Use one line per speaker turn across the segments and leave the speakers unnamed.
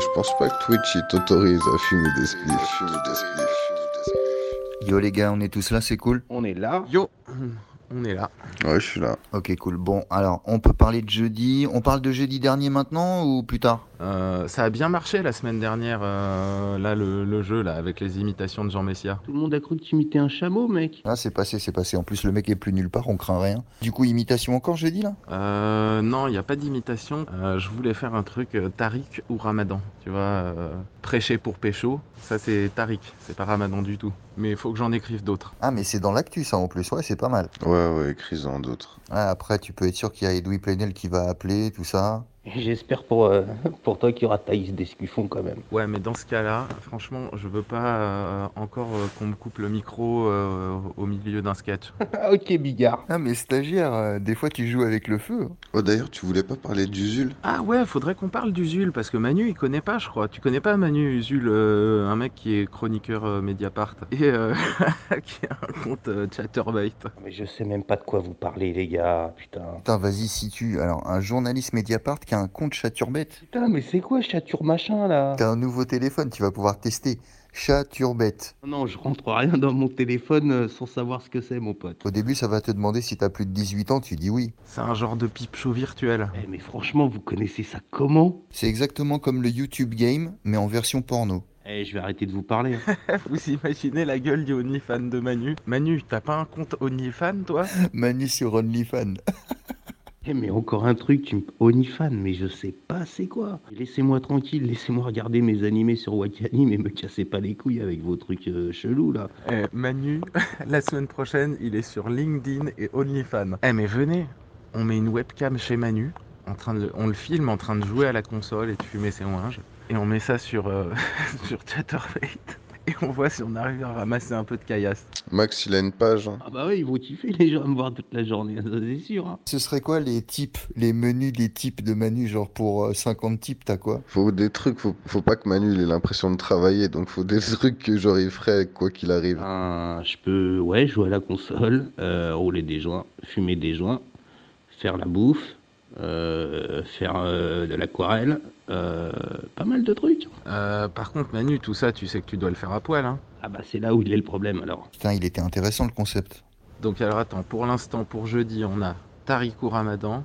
Je pense pas que Twitch il t'autorise à fumer des spliffs.
Yo les gars, on est tous là, c'est cool
On est là.
Yo, on est là.
Ouais, je suis là.
Ok, cool. Bon, alors, on peut parler de jeudi. On parle de jeudi dernier maintenant ou plus tard
Euh, ça a bien marché la semaine dernière, euh, là, le, le jeu, là, avec les imitations de Jean Messia.
Tout le monde a cru que tu imitais un chameau, mec.
Là, Ah, c'est passé, c'est passé. En plus, le mec est plus nulle part, on craint rien. Du coup, imitation encore jeudi là
Euh, non, il n'y a pas d'imitation. Euh, je voulais faire un truc euh, Tariq ou Ramadan. Tu vois, euh, prêcher pour pécho, ça c'est Tariq, c'est pas Ramadan du tout. Mais il faut que j'en écrive d'autres.
Ah, mais c'est dans l'actu ça en plus, ouais, c'est pas mal.
Ouais, ouais, écris-en d'autres.
Ah, après, tu peux être sûr qu'il y a Edoui Plenel qui va appeler, tout ça.
J'espère pour, euh, pour toi qu'il y aura Thaïs Descuffon quand même.
Ouais, mais dans ce cas-là, franchement, je veux pas euh, encore euh, qu'on me coupe le micro euh, au milieu d'un sketch.
Ah, ok, Bigard.
Ah, mais stagiaire, euh, des fois tu joues avec le feu.
Oh, d'ailleurs, tu voulais pas parler d'Usul
Ah ouais, faudrait qu'on parle d'Usul parce que Manu il connaît pas, je crois. Tu connais pas Manu Usul, euh, un mec qui est chroniqueur euh, Mediapart et euh, qui a un compte euh, Chatterbait.
Ah, Mais je sais même pas de quoi vous parlez, les gars, putain.
Putain, vas-y, situe. Alors, un journaliste Mediapart qui a un compte chaturbette.
Putain, mais c'est quoi chature machin, là
T'as un nouveau téléphone, tu vas pouvoir tester. Chaturbette.
Non, je rentre rien dans mon téléphone euh, sans savoir ce que c'est, mon pote.
Au début, ça va te demander si t'as plus de 18 ans, tu dis oui.
C'est un genre de pipe show virtuel.
Eh, mais franchement, vous connaissez ça comment
C'est exactement comme le YouTube Game, mais en version porno.
Eh, je vais arrêter de vous parler. hein.
Vous imaginez la gueule du OnlyFans de Manu Manu, t'as pas un compte OnlyFans toi
Manu sur OnlyFans.
Eh, mais encore un truc, tu me... OnlyFans, mais je sais pas c'est quoi. Laissez-moi tranquille, laissez-moi regarder mes animés sur Wakanim et me cassez pas les couilles avec vos trucs euh, chelous, là.
Eh, Manu, la semaine prochaine, il est sur LinkedIn et OnlyFans. Eh mais venez, on met une webcam chez Manu, en train de, on le filme en train de jouer à la console et de fumer ses oinges, et on met ça sur, euh, sur Chatterbait, et on voit si on arrive à ramasser un peu de caillasse.
Max, il a une page. hein.
Ah bah oui, ils vont kiffer les gens à me voir toute la journée, ça c'est sûr. hein.
Ce serait quoi les types, les menus des types de Manu Genre pour euh, 50 types, t'as quoi
Faut des trucs, faut, faut pas que Manu il ait l'impression de travailler, donc faut des trucs que genre il ferait quoi qu'il arrive.
Ben, je peux ouais, jouer à la console, euh, rouler des joints, fumer des joints, faire la bouffe, euh, faire euh, de l'aquarelle, euh, pas mal de trucs.
Euh, par contre, Manu, tout ça, tu sais que tu dois le faire à poil, hein
Ah bah c'est là où il est le problème alors.
Putain, il était intéressant le concept.
Donc alors attends, pour l'instant, pour jeudi, on a Tarikou Ramadan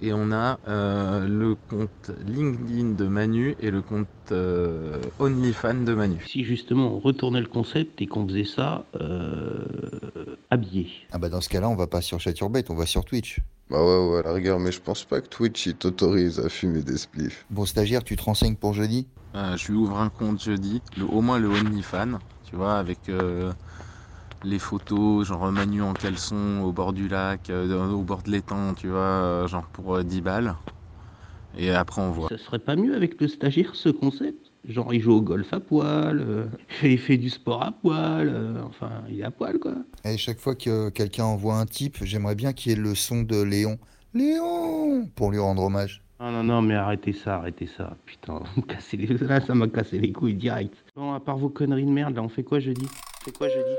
et on a euh, le compte LinkedIn de Manu et le compte euh, OnlyFans de Manu.
Si justement on retournait le concept et qu'on faisait ça euh, habillé.
Ah bah dans ce cas-là, on va pas sur Chaturbette, on va sur Twitch.
Bah ouais, ouais, à la rigueur, mais je pense pas que Twitch il t'autorise à fumer des spliffs.
Bon stagiaire, tu te renseignes pour jeudi
Euh, je lui ouvre un compte jeudi, le- au moins le OnlyFans, tu vois, avec euh, les photos, genre Manu en caleçon au bord du lac, euh, au bord de l'étang, tu vois, euh, genre pour euh, 10 balles. Et après on voit.
Ça serait pas mieux avec le stagiaire ce concept Genre il joue au golf à poil, euh, il, fait, il fait du sport à poil, euh, enfin il est à poil quoi.
Et Eh, chaque fois que quelqu'un envoie un type, j'aimerais bien qu'il y ait le son de Léon. Léon Pour lui rendre hommage.
Non, non, non, mais arrêtez ça, arrêtez ça. Putain, vous me cassez les... là, ça m'a cassé les couilles direct. Bon, à part vos conneries de merde, là, on fait quoi jeudi On fait quoi jeudi